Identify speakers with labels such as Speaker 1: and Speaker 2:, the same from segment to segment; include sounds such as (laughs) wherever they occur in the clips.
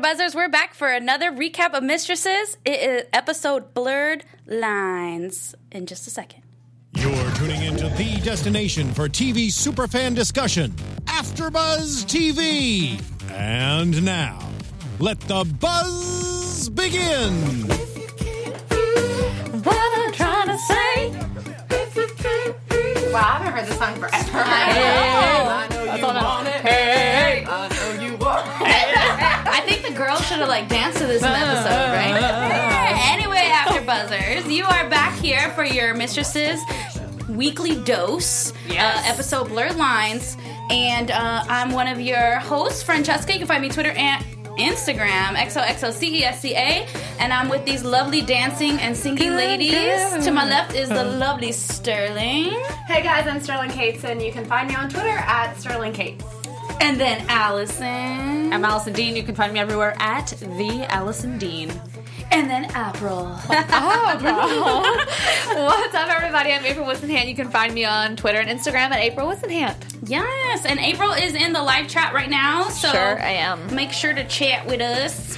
Speaker 1: buzzers, we're back for another recap of Mistresses. It is episode Blurred Lines in just a second.
Speaker 2: You're tuning into the destination for TV superfan discussion, AfterBuzz TV. And now, let the buzz begin.
Speaker 1: What I'm trying to say.
Speaker 3: Wow, I haven't heard this song forever.
Speaker 4: I know you want it. I know you want it.
Speaker 3: I think the girls should have like danced to this in the episode, right?
Speaker 1: Anyway, after buzzers, you are back here for your Mistresses weekly dose
Speaker 4: Yes.
Speaker 1: uh, episode Blurred Lines. And uh, I'm one of your hosts, Francesca. You can find me Twitter and Instagram, E XOXOCESCA. And I'm with these lovely dancing and singing ladies. To my left is the lovely Sterling.
Speaker 3: Hey guys, I'm Sterling Cates, and you can find me on Twitter at Sterling Cates.
Speaker 1: And then Allison.
Speaker 5: I'm Allison Dean. You can find me everywhere at the Allison Dean.
Speaker 1: And then April. (laughs)
Speaker 6: (laughs)
Speaker 3: What's up, everybody? I'm April Wissenhant. You can find me on Twitter and Instagram at April Wissenhant.
Speaker 1: yes, and April is in the live chat right now, so
Speaker 3: Sure, I am.
Speaker 1: make sure to chat with us.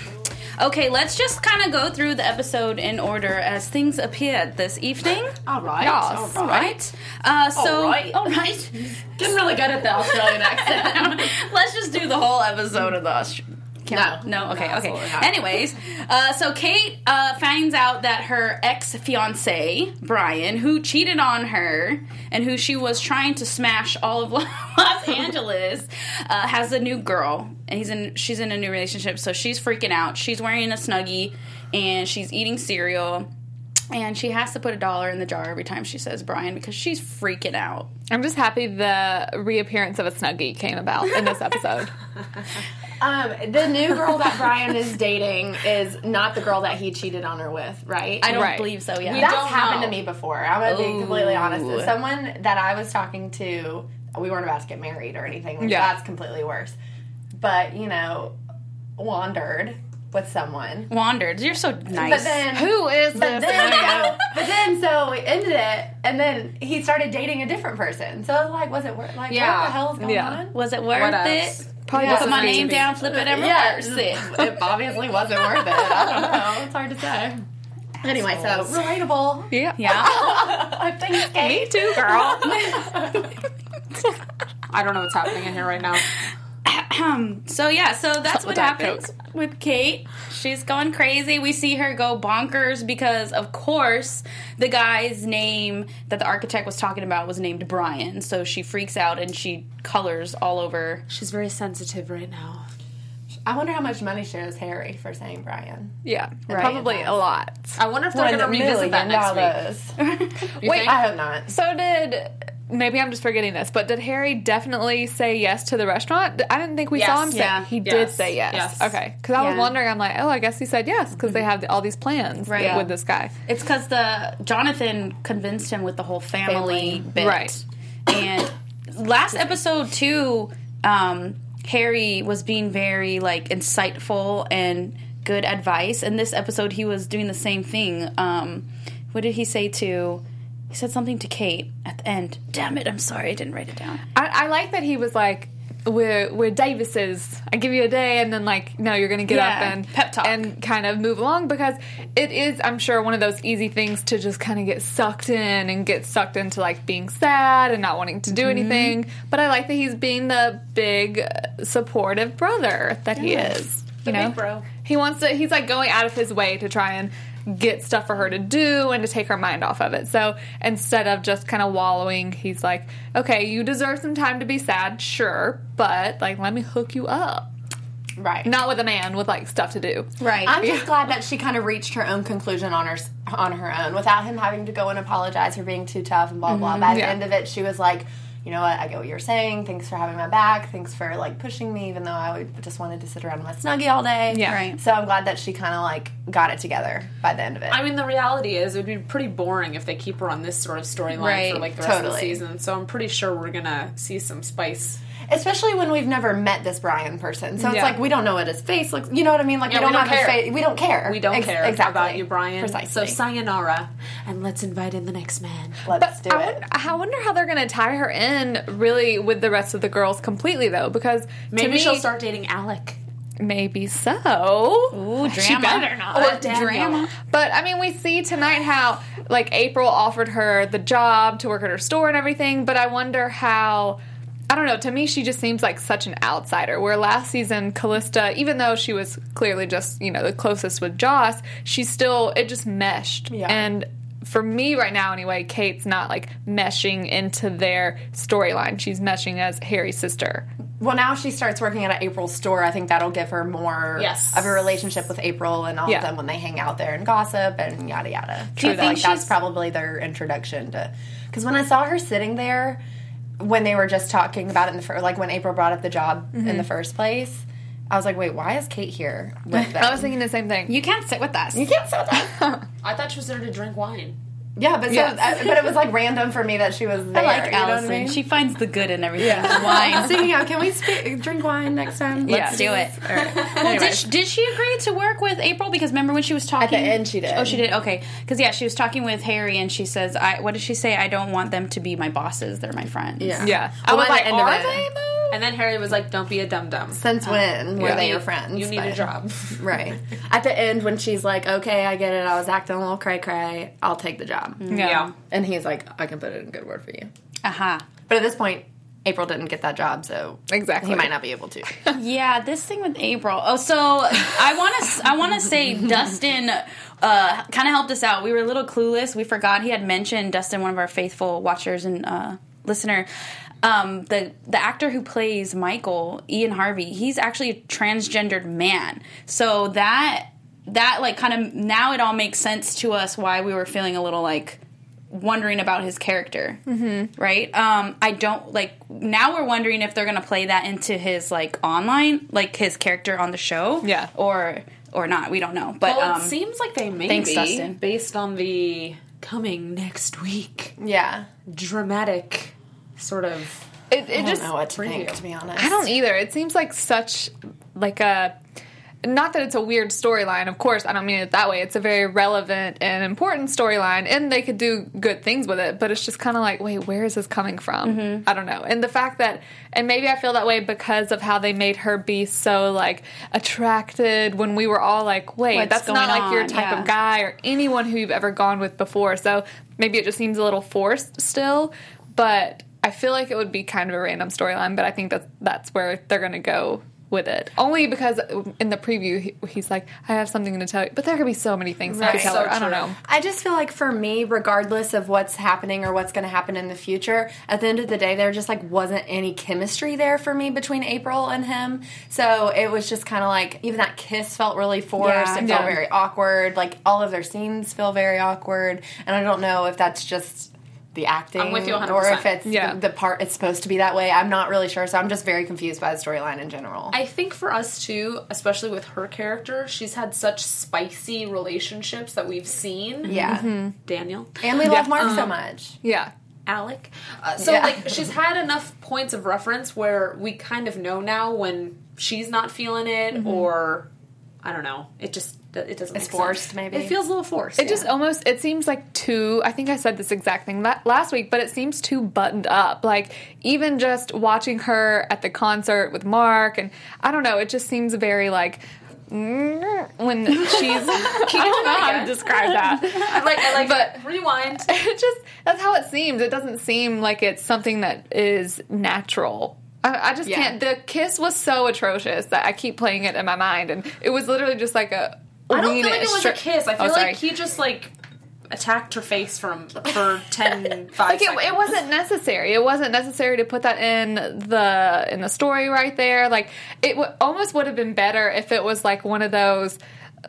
Speaker 1: Okay, let's just kind of go through the episode in order as things appeared this evening.
Speaker 4: All right.
Speaker 3: Yes.
Speaker 4: All
Speaker 1: All
Speaker 4: right.
Speaker 1: right. Uh, so,
Speaker 4: All right.
Speaker 1: all right.
Speaker 4: Getting really good at the Australian
Speaker 3: (laughs)
Speaker 4: accent.
Speaker 1: (laughs) let's just do the whole episode of the Aust-
Speaker 4: no.
Speaker 1: No, okay, okay.
Speaker 4: absolutely not.
Speaker 1: Anyways, uh, so Kate uh, finds out that her ex fiance, Brian, who cheated on her and who she was trying to smash all of (laughs) Los Angeles, uh, has a new girl. And he's in, she's in a new relationship, so she's freaking out. She's wearing a snuggie and she's eating cereal. And she has to put a dollar in the jar every time she says Brian because she's freaking out.
Speaker 3: I'm just happy the reappearance of a Snuggie came about in
Speaker 5: (laughs)
Speaker 3: this episode.
Speaker 6: Um, the new girl that Brian is dating is not the girl that he cheated on her with, right?
Speaker 1: I don't
Speaker 3: Right.
Speaker 1: believe so, yeah.
Speaker 6: That's
Speaker 4: don't
Speaker 6: happened
Speaker 4: know.
Speaker 6: to me before. I'm gonna be completely honest.
Speaker 1: Ooh.
Speaker 6: Someone that I was talking to, we weren't about to get married or anything. Like
Speaker 3: Yeah.
Speaker 6: that's completely worse. But you know, wandered with someone.
Speaker 1: Wandered. You're so nice.
Speaker 6: But then
Speaker 3: Who is
Speaker 6: But
Speaker 3: this?
Speaker 6: then, so, but then, so we ended it, and then he started dating a different person. So I was like, was it worth? Like,
Speaker 4: Yeah.
Speaker 6: what the hell is going
Speaker 3: Yeah.
Speaker 6: on?
Speaker 1: Was it worth
Speaker 4: What
Speaker 1: it?
Speaker 4: else?
Speaker 1: Probably
Speaker 6: Yeah.
Speaker 1: put my
Speaker 6: Doesn't
Speaker 1: name
Speaker 4: need to be-
Speaker 1: down, flip it, and
Speaker 6: Yeah,
Speaker 1: reverse
Speaker 6: it,
Speaker 1: it.
Speaker 6: it obviously wasn't worth it. I don't know. It's hard to say. Anyway, so (laughs) relatable.
Speaker 3: yeah. (laughs)
Speaker 1: Yeah.
Speaker 6: I think
Speaker 3: Me too, (laughs) girl.
Speaker 5: I don't know what's happening in here right now.
Speaker 1: so yeah, so that's what
Speaker 3: Diet
Speaker 1: happens with Kate. She's going crazy. We see her go bonkers because, of course, the guy's name that the architect was talking about was named Brian. So she freaks out and she colors all over.
Speaker 5: She's very sensitive right now.
Speaker 6: I wonder how much money she owes Harry for saying Brian.
Speaker 3: yeah. Probably a lot.
Speaker 5: I wonder if they're going to revisit that next week.
Speaker 6: week.
Speaker 5: Oh, You
Speaker 3: Wait,
Speaker 5: think?
Speaker 6: I hope not.
Speaker 3: So did. Maybe I'm just forgetting this, but did Harry definitely say yes to the restaurant? I didn't think we saw him say
Speaker 1: yeah.
Speaker 3: he did
Speaker 5: Yes,
Speaker 3: say yes.
Speaker 5: yes.
Speaker 3: Okay, because I
Speaker 1: Yeah.
Speaker 3: was wondering. I'm like, oh, I guess he said yes because they have all these plans
Speaker 1: Right.
Speaker 3: with this guy.
Speaker 1: It's because the Jonathan convinced him with the whole family, bit,
Speaker 3: Right.
Speaker 1: And last episode too, um, Harry was being very like insightful and good advice. And this episode, he was doing the same thing. Um, what did he say to? He said something to Kate at the end. Damn it! I'm sorry, I didn't write it down.
Speaker 3: I, I like that he was like, "We're we're Davises. I give you a day, and then like, no, you're gonna get up
Speaker 1: Yeah,
Speaker 3: and
Speaker 1: pep talk.
Speaker 3: and kind of move along because it is, I'm sure, one of those easy things to just kind of get sucked in and get sucked into like being sad and not wanting to do anything. But I like that he's being the big uh, supportive brother that he is. You know,
Speaker 6: bro.
Speaker 3: he wants to. He's like going out of his way to try and get stuff for her to do and to take her mind off of it. So instead of just kind of wallowing, he's like, "Okay, you deserve some time to be sad, sure, but like let me hook you up,
Speaker 6: Right.
Speaker 3: not with a man with like stuff to do."
Speaker 1: Right.
Speaker 6: I'm just glad that she kind of reached her own conclusion on her on her own without him having to go and apologize for being too tough and blah blah. By the
Speaker 3: yeah.
Speaker 6: end of it, she was like, you know what? I get what you're saying. Thanks for having my back. Thanks for like pushing me, even though I would, just wanted to sit around in my snuggie all day.
Speaker 3: Yeah.
Speaker 1: Right.
Speaker 6: So I'm glad that she kind of like got it together by the end of it.
Speaker 5: I mean, the reality is it would be pretty boring if they keep her on this sort of storyline
Speaker 1: Right,
Speaker 5: for like the rest of the
Speaker 6: totally.
Speaker 5: season. So I'm pretty sure we're going to see some spice.
Speaker 6: especially when we've never met this Brian person. So it's
Speaker 3: Yeah.
Speaker 6: like we don't know what his face looks. You know what I mean? Like
Speaker 5: Yeah,
Speaker 6: we don't,
Speaker 5: we don't
Speaker 6: have
Speaker 5: care.
Speaker 6: his face. We don't care.
Speaker 5: We don't
Speaker 6: Ex-
Speaker 5: care about you, Brian.
Speaker 6: Precisely.
Speaker 5: So sayonara, and let's invite in the next man.
Speaker 6: Let's do
Speaker 3: I
Speaker 6: it.
Speaker 3: wonder, I wonder how they're going to tie her in really with the rest of the girls completely though, because to
Speaker 5: Maybe
Speaker 3: me-
Speaker 5: she'll start dating Alec.
Speaker 3: Maybe so.
Speaker 1: Ooh, drama. She
Speaker 3: better
Speaker 1: not. Or drama.
Speaker 3: But I mean, we see tonight how like April offered her the job to work at her store and everything. But I wonder how. I don't know. To me, she just seems like such an outsider. Where last season, Callista, even though she was clearly just you know the closest with Joss, she still it just meshed.
Speaker 6: Yeah.
Speaker 3: And for me right now, anyway, Kate's not like meshing into their storyline. She's meshing as Harry's sister.
Speaker 6: Well, now she starts working at April's store. I think that'll give her more
Speaker 5: Yes.
Speaker 6: of a relationship with April and all
Speaker 3: Yeah.
Speaker 6: of them when they hang out there and gossip and yada yada.
Speaker 1: you
Speaker 6: I
Speaker 1: think
Speaker 6: like that's
Speaker 1: she's-
Speaker 6: probably their introduction to. Because when I saw her sitting there, when they were just talking about it in the first, like when April brought up the job in
Speaker 5: Mm-hmm.
Speaker 6: the first place, I was like, wait, why is Kate here
Speaker 5: (laughs)
Speaker 6: with them?
Speaker 3: I was thinking the same thing.
Speaker 1: You can't sit with us.
Speaker 6: you can't say that.
Speaker 5: I thought she was there to drink wine.
Speaker 6: yeah, but so,
Speaker 3: Yes.
Speaker 6: I- but it was like random for me that she was there.
Speaker 1: I like
Speaker 6: you know what I
Speaker 1: Allison.
Speaker 6: mean?
Speaker 1: She finds the good in everything.
Speaker 6: (laughs)
Speaker 1: Wine.
Speaker 6: Speaking of, can we sp- drink wine next time?
Speaker 1: Let's do it.
Speaker 6: All right. (laughs)
Speaker 1: Well, did she, did she agree to work with April? Because remember when she was talking
Speaker 6: end, she did.
Speaker 1: Oh, she did. Okay, because yeah, she was talking with Harry, and she says, "I what did she say? I don't want them to be my bosses. They're my friends."
Speaker 3: yeah.
Speaker 6: I was
Speaker 5: Well,
Speaker 6: like,
Speaker 5: at the end of
Speaker 6: are
Speaker 5: it-
Speaker 6: they though? Oh.
Speaker 5: And then Harry was like, "Don't be a dum dum."
Speaker 6: Since when were
Speaker 5: Yeah.
Speaker 6: they your
Speaker 5: You-
Speaker 6: friends?
Speaker 5: You need a
Speaker 6: But- (laughs)
Speaker 5: job.
Speaker 6: Right. At the end, when she's like, okay, I get it. I was acting a little cray cray. I'll take the job.
Speaker 5: Yeah.
Speaker 6: And he's like, I can put it in good word for you.
Speaker 1: Aha.
Speaker 6: But at this point, April didn't get that job, so
Speaker 3: Exactly.
Speaker 6: he might not be able (laughs) to.
Speaker 1: Yeah, this thing with April. Oh, so I want to I want to say Dustin uh, kind of helped us out. We were a little clueless. We forgot he had mentioned Dustin, one of our faithful watchers and uh, listener. Um, the the actor who plays Michael, Ian Harvey, he's actually a transgendered man. So that that like kind of now it all makes sense to us why we were feeling a little like wondering about his character right um i don't like now we're wondering if they're gonna play that into his like online like his character on the show
Speaker 3: Yeah.
Speaker 1: or or not we don't know but
Speaker 5: Well,
Speaker 1: um
Speaker 5: it seems like they may
Speaker 1: thanks,
Speaker 5: be
Speaker 1: Dustin.
Speaker 5: based on the coming next week
Speaker 6: yeah.
Speaker 5: dramatic sort of.
Speaker 3: It, it
Speaker 6: I don't
Speaker 3: just
Speaker 6: know what to think,
Speaker 5: preview.
Speaker 6: to be honest.
Speaker 3: I don't either. It seems like such like a not that it's a weird storyline. Of course, I don't mean it that way. It's a very relevant and important storyline, and they could do good things with it. But it's just kind of like, wait, where is this coming from?
Speaker 1: Mm-hmm.
Speaker 3: I don't know. And the fact that, and maybe I feel that way because of how they made her be so like attracted when we were all like, wait,
Speaker 1: What's
Speaker 3: that's
Speaker 1: going
Speaker 3: not like your
Speaker 1: on?
Speaker 3: type
Speaker 1: Yeah.
Speaker 3: of guy or anyone who you've ever gone with before. So maybe it just seems a little forced still, but I feel like it would be kind of a random storyline, but I think that that's where they're going to go with it. Only because in the preview he, he's like, I have something to tell you, but there could be so many things I could
Speaker 5: Right.
Speaker 3: tell
Speaker 5: So
Speaker 3: her. I don't
Speaker 5: true.
Speaker 3: know.
Speaker 6: I just feel like for me, regardless of what's happening or what's going to happen in the future, at the end of the day, there just like wasn't any chemistry there for me between April and him. So it was just kind of like even that kiss felt really forced.
Speaker 1: Yeah.
Speaker 6: it felt
Speaker 3: Yeah.
Speaker 6: very awkward. Like all of their scenes feel very awkward, and I don't know if that's just the acting
Speaker 5: I'm with you 100%.
Speaker 6: or if it's
Speaker 3: Yeah.
Speaker 6: the, the part it's supposed to be that way. I'm not really sure, so I'm just very confused by the storyline in general.
Speaker 5: I think for us too, especially with her character, she's had such spicy relationships that we've seen.
Speaker 6: yeah,
Speaker 5: Mm-hmm. Daniel,
Speaker 6: and we love Mark
Speaker 5: Um,
Speaker 6: so much.
Speaker 3: Yeah.
Speaker 5: Alec. Uh, so
Speaker 6: Yeah.
Speaker 5: like she's had enough points of reference where we kind of know now when she's not feeling it or I don't know. It just it doesn't.
Speaker 6: It's
Speaker 5: make sense.
Speaker 6: forced, maybe.
Speaker 5: It feels a little forced.
Speaker 3: It just almost it seems like too. I think I said this exact thing la- last week, but it seems too buttoned up. Like even just watching her at the concert with Mark, and I don't know, it just seems very like (laughs) mm, when she's.
Speaker 5: (laughs)
Speaker 3: I don't know how to describe that.
Speaker 5: (laughs) I like I like
Speaker 3: But-
Speaker 5: but rewind.
Speaker 3: It just that's how it seems. It doesn't seem like it's something that is natural. I, I just
Speaker 6: Yeah.
Speaker 3: can't. The kiss was so atrocious that I keep playing it in my mind, and it was literally just like a.
Speaker 5: I don't feel like it was a kiss. I feel
Speaker 3: sorry.
Speaker 5: like he just like attacked her face (laughs) from for 10 5
Speaker 3: like it, it wasn't necessary it wasn't necessary to put that in the in the story right there like it w- almost would have been better if it was like one of those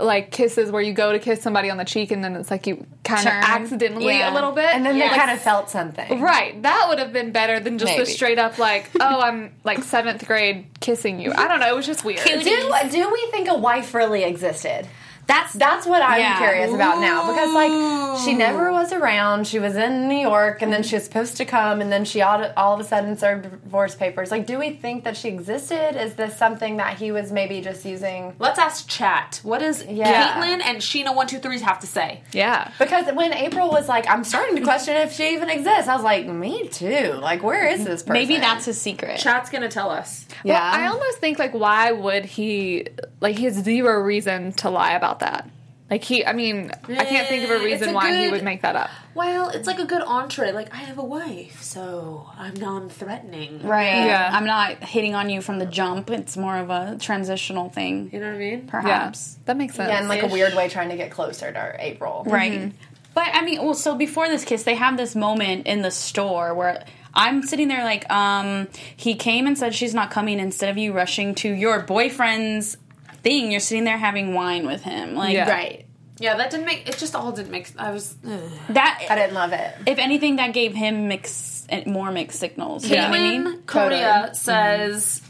Speaker 3: like kisses where you go to kiss somebody on the cheek and then it's like you kind of
Speaker 1: Turn.
Speaker 3: accidentally
Speaker 1: Yeah.
Speaker 3: a little bit
Speaker 6: And then
Speaker 5: Yeah.
Speaker 6: they kind of felt something.
Speaker 3: Right, that would have been better than just the
Speaker 6: Maybe.
Speaker 3: straight up like, oh, I'm like seventh grade kissing you. I don't know, it was just weird.
Speaker 1: Cute.
Speaker 6: Do do we think a wife really existed? That's that's what I'm
Speaker 1: Yeah.
Speaker 6: curious about now because like she never was around. She was in New York and then she was supposed to come and then she all, all of a sudden served divorce papers. Like, do we think that she existed? Is this something that he was maybe just using?
Speaker 5: Let's ask chat. What does
Speaker 6: Yeah.
Speaker 5: Caitlin and Sheena one two threes have to say?
Speaker 3: Yeah.
Speaker 6: Because when April was like, I'm starting to question if she even exists, I was like, me too. Like, where is this person?
Speaker 1: Maybe that's his secret.
Speaker 5: Chat's gonna tell us.
Speaker 6: yeah.
Speaker 3: I almost think like why would he like he has zero reason to lie about that. Like he I mean, I can't think of a reason
Speaker 5: a
Speaker 3: why he
Speaker 5: good-
Speaker 3: would make that up.
Speaker 5: Well, it's like a good entree. Like I have a wife, so I'm non-threatening.
Speaker 6: right.
Speaker 3: Yeah.
Speaker 1: I'm not hitting on you from the jump. It's more of a transitional thing,
Speaker 5: You know what I mean?
Speaker 3: Yeah.
Speaker 1: perhaps.
Speaker 3: That makes sense.
Speaker 6: Yeah, in like a weird way, trying to get closer to April.
Speaker 1: Right. But I mean, well, so before this kiss, they have this moment in the store where I'm sitting there like, um, he came and said she's not coming instead of you rushing to your boyfriend's thing. You're sitting there having wine with him. Like,
Speaker 3: Yeah.
Speaker 6: Right.
Speaker 5: Yeah, that didn't make. It just all didn't make. I was. Ugh.
Speaker 6: I
Speaker 1: that,
Speaker 6: didn't love it.
Speaker 1: if anything, that gave him mix, more mixed signals. You know what I mean?
Speaker 5: Caitlin Korea uh, says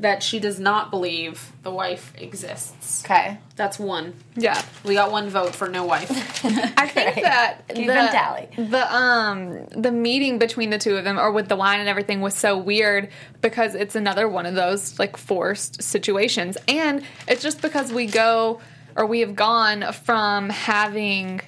Speaker 5: that she does not believe the wife exists.
Speaker 6: Okay.
Speaker 5: That's one.
Speaker 3: Yeah.
Speaker 5: We got one vote for no wife.
Speaker 3: I think that the,
Speaker 6: them tally.
Speaker 3: the um the meeting between the two of them or with the wine and everything was so weird because it's another one of those like forced situations. And it's just because we go or we have gone from having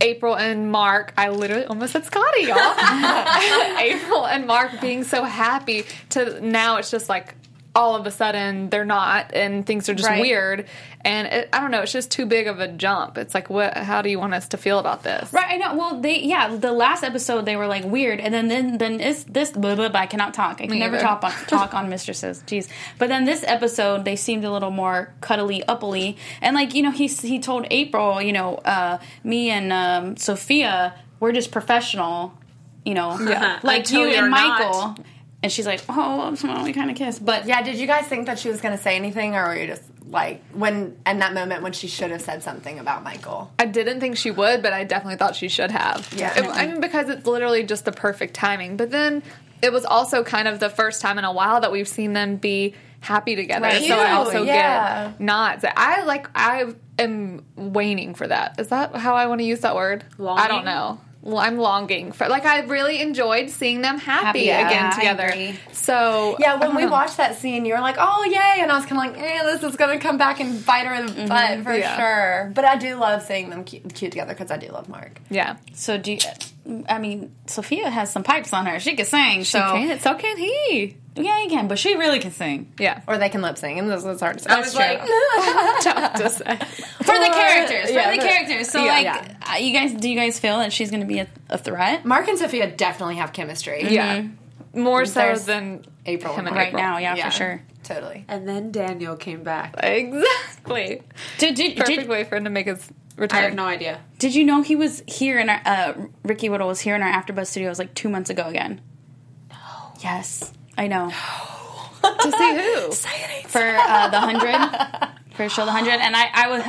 Speaker 3: April and Mark, I literally almost said Scotty, y'all. (laughs) April and Mark being so happy to now it's just like all of a sudden they're not and things are just
Speaker 1: Right.
Speaker 3: weird and it, I don't know it's just too big of a jump. It's like what how do you want us to feel about this?
Speaker 1: Right, I know. Well, they yeah, the last episode they were like weird, and then then then is this blah blah blah. I cannot talk. I can
Speaker 3: Me
Speaker 1: never
Speaker 3: either.
Speaker 1: talk
Speaker 3: (laughs)
Speaker 1: on, talk on mistresses. Jeez. But then this episode they seemed a little more cuddly uppily, and like you know he s- he told April you know uh, me and um, Sophia we're just professional, you know Uh-huh. like
Speaker 5: Until
Speaker 1: you
Speaker 5: you're
Speaker 1: and
Speaker 5: not.
Speaker 1: Michael. And she's like, oh, that's my only kind of kiss. But
Speaker 6: Yeah, did you guys think that she was going to say anything, or were you just like, when, in that moment when she should have said something about Michael?
Speaker 3: I didn't think she would, but I definitely thought she should have.
Speaker 6: Yeah.
Speaker 3: It- I mean, because it's literally just the perfect timing. But then it was also kind of the first time in a while that we've seen them be happy together.
Speaker 6: Right.
Speaker 3: So I
Speaker 6: Ew,
Speaker 3: also
Speaker 6: yeah.
Speaker 3: get not. I like. I am waning for that. Is that how I want to use that word? I
Speaker 5: Longing?
Speaker 3: don't know. Well, I'm longing for. Like I really enjoyed seeing them happy,
Speaker 1: Happy, yeah,
Speaker 3: again
Speaker 1: I
Speaker 3: together.
Speaker 1: agree.
Speaker 3: So
Speaker 6: Yeah, when we watched that scene, you were like, oh, yay. And I was kind of like, eh, this is going to come back and bite her in the butt for
Speaker 3: Yeah.
Speaker 6: sure. Mm-hmm. But I do love seeing them cute, cute together because I do love Mark.
Speaker 3: yeah,
Speaker 1: so do you, I mean, Sophia has some pipes on her. She can sing. so
Speaker 3: Can- so can he?
Speaker 1: yeah, you can. But she really can sing
Speaker 3: Yeah,
Speaker 6: Or they can lip sync, and this is hard to say.
Speaker 5: I was like,
Speaker 3: tough to say.
Speaker 1: for the characters. For
Speaker 6: uh, yeah,
Speaker 1: the
Speaker 6: but-
Speaker 1: characters. So
Speaker 6: yeah,
Speaker 1: like,
Speaker 6: yeah.
Speaker 1: uh, you guys, do you guys feel that she's going to be a, a threat?
Speaker 6: Mark and Sophia definitely have chemistry.
Speaker 3: Yeah, more so
Speaker 6: There's
Speaker 3: than
Speaker 6: April
Speaker 3: him
Speaker 6: and
Speaker 3: and
Speaker 6: Mark.
Speaker 1: Right now, yeah, for sure.
Speaker 6: Totally.
Speaker 5: (laughs) and then Daniel came back.
Speaker 3: Exactly.
Speaker 1: Did did,
Speaker 3: Perfect
Speaker 1: did,
Speaker 3: way for him to make his
Speaker 5: I
Speaker 3: return.
Speaker 5: have no idea.
Speaker 1: did you know he was here in our uh, Ricky Whittle was here in our AfterBuzz studios like two months ago again? No. Yes, I know. (laughs)
Speaker 3: to see who.
Speaker 1: For uh, the hundred. (laughs) For show the hundred, and I, I was,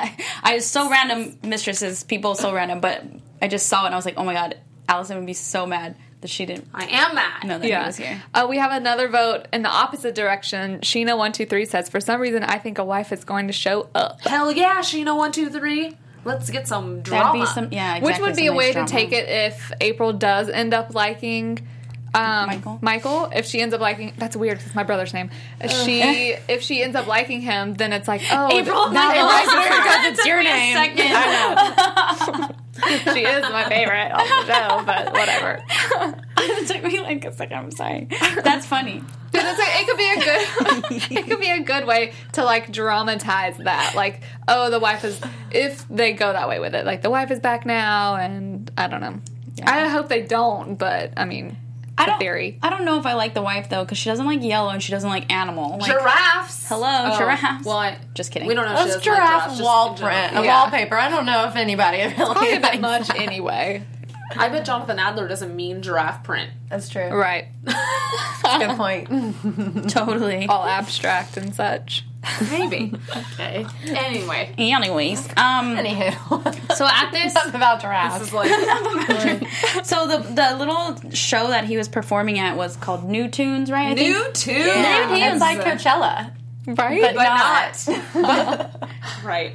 Speaker 1: I was so random. Mistresses, people, so random. But I just saw it, and I was like, oh my god, Allison would be so mad that she didn't
Speaker 5: I am mad.
Speaker 1: know that he was here.
Speaker 3: Uh, we have another vote in the opposite direction. Sheena one two three says, "For some reason, I think a wife is going to show up,"
Speaker 5: Hell yeah, Sheena one two three. Let's get some
Speaker 1: That'd
Speaker 5: drama.
Speaker 1: be some, yeah, exactly,
Speaker 3: which would be a
Speaker 1: some
Speaker 3: way
Speaker 1: nice
Speaker 3: to
Speaker 1: drama.
Speaker 3: take it if April does end up liking um,
Speaker 1: Michael?
Speaker 3: Michael, if she ends up liking, that's weird because my brother's name. (laughs) She, if she ends up liking him, then it's like, oh,
Speaker 1: April,
Speaker 3: now
Speaker 1: Michael.
Speaker 3: I (laughs) like her.
Speaker 1: because it's your name.
Speaker 3: (laughs) she is my favorite on the show, but (laughs) whatever.
Speaker 1: (laughs) it took me like a second. I'm sorry. That's funny.
Speaker 3: But it's like, it could be a good (laughs) it could be a good way to like dramatize that. Like, oh, the wife is if they go that way with it. Like the wife is back now and I don't know. I hope they don't, but I mean (laughs)
Speaker 1: I
Speaker 3: it's a
Speaker 1: don't.
Speaker 3: theory.
Speaker 1: I don't know if I like the wife though, because she doesn't like yellow and she doesn't like animal. Like,
Speaker 5: giraffes. Oh,
Speaker 1: Hello, giraffes.
Speaker 5: Well, I,
Speaker 1: Just kidding.
Speaker 5: We don't know. if she
Speaker 6: That's
Speaker 5: does like
Speaker 6: giraffe
Speaker 5: giraffes,
Speaker 6: wall
Speaker 5: just in general. Oh,
Speaker 6: print, a
Speaker 3: Yeah.
Speaker 6: wallpaper. I don't know if anybody
Speaker 3: Probably
Speaker 6: really
Speaker 3: a bit
Speaker 6: thinks
Speaker 3: much
Speaker 6: that.
Speaker 3: anyway.
Speaker 5: I bet Jonathan Adler doesn't mean
Speaker 1: (laughs)
Speaker 5: giraffe print.
Speaker 6: That's true.
Speaker 3: Right.
Speaker 6: Good (laughs) point.
Speaker 1: totally.
Speaker 3: All abstract and such.
Speaker 5: Maybe. okay. Anyway,
Speaker 1: Anyways, um,
Speaker 6: Anywho,
Speaker 1: so at this,
Speaker 6: (laughs) something about giraffes.
Speaker 5: this is like
Speaker 1: so the the little show that he was performing at was called New Tunes, right? I think?
Speaker 5: new too.
Speaker 1: Yeah.
Speaker 6: It's like Coachella,
Speaker 3: Right?
Speaker 6: but,
Speaker 5: But
Speaker 6: not.
Speaker 5: Right.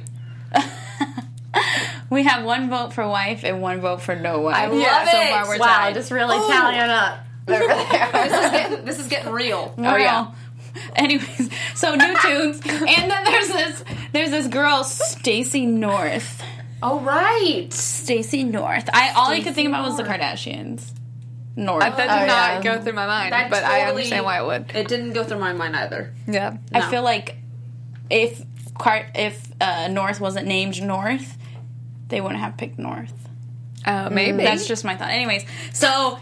Speaker 1: (laughs) we have one vote for wife and one vote for no wife.
Speaker 6: I love
Speaker 1: so
Speaker 6: it.
Speaker 1: far we're
Speaker 6: wow,
Speaker 1: tied.
Speaker 6: just really tallying up. over (laughs) there.
Speaker 5: This is
Speaker 1: (laughs)
Speaker 5: getting real.
Speaker 1: Oh
Speaker 3: yeah.
Speaker 1: Anyways, so (laughs) new tunes, and then there's this there's this girl Stacy North.
Speaker 5: All right.
Speaker 1: Stacy North. I all I could think about was the Kardashians. North. Uh,
Speaker 3: That did not
Speaker 6: yeah.
Speaker 3: go through my mind,
Speaker 5: That
Speaker 3: but I
Speaker 5: totally-
Speaker 3: understand why it would.
Speaker 5: It didn't go through my mind either.
Speaker 3: Yeah.
Speaker 1: I feel like if Car- if uh, North wasn't named North, they wouldn't have picked North.
Speaker 3: Uh, maybe.
Speaker 1: That's just my thought. Anyways, so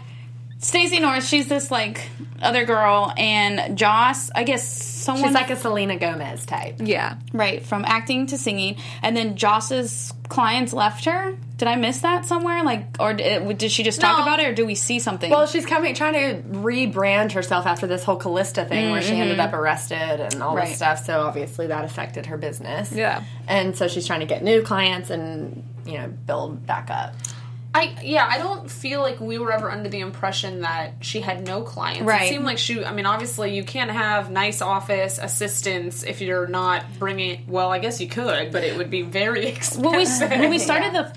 Speaker 1: Stacy North, she's this like other girl, and Joss, I guess someone
Speaker 6: She's like a Selena Gomez type.
Speaker 3: yeah.
Speaker 1: Right, from acting to singing, and then Joss's clients left her. Did I miss that somewhere? Like, or did, did she just talk
Speaker 5: No.
Speaker 1: about it, or do we see something?
Speaker 6: Well, she's coming, trying to rebrand herself after this whole Callista thing where she ended up arrested and all
Speaker 1: Right.
Speaker 6: this stuff. So obviously that affected her business.
Speaker 3: Yeah.
Speaker 6: And so she's trying to get new clients and, you know, build back up.
Speaker 5: I yeah, I don't feel like we were ever under the impression that she had no clients.
Speaker 1: Right.
Speaker 5: It seemed like she I mean, obviously you can't have nice office assistants if you're not bringing well, I guess you could, but it would be very (laughs)
Speaker 1: (laughs) when
Speaker 5: expensive.
Speaker 1: we when we started the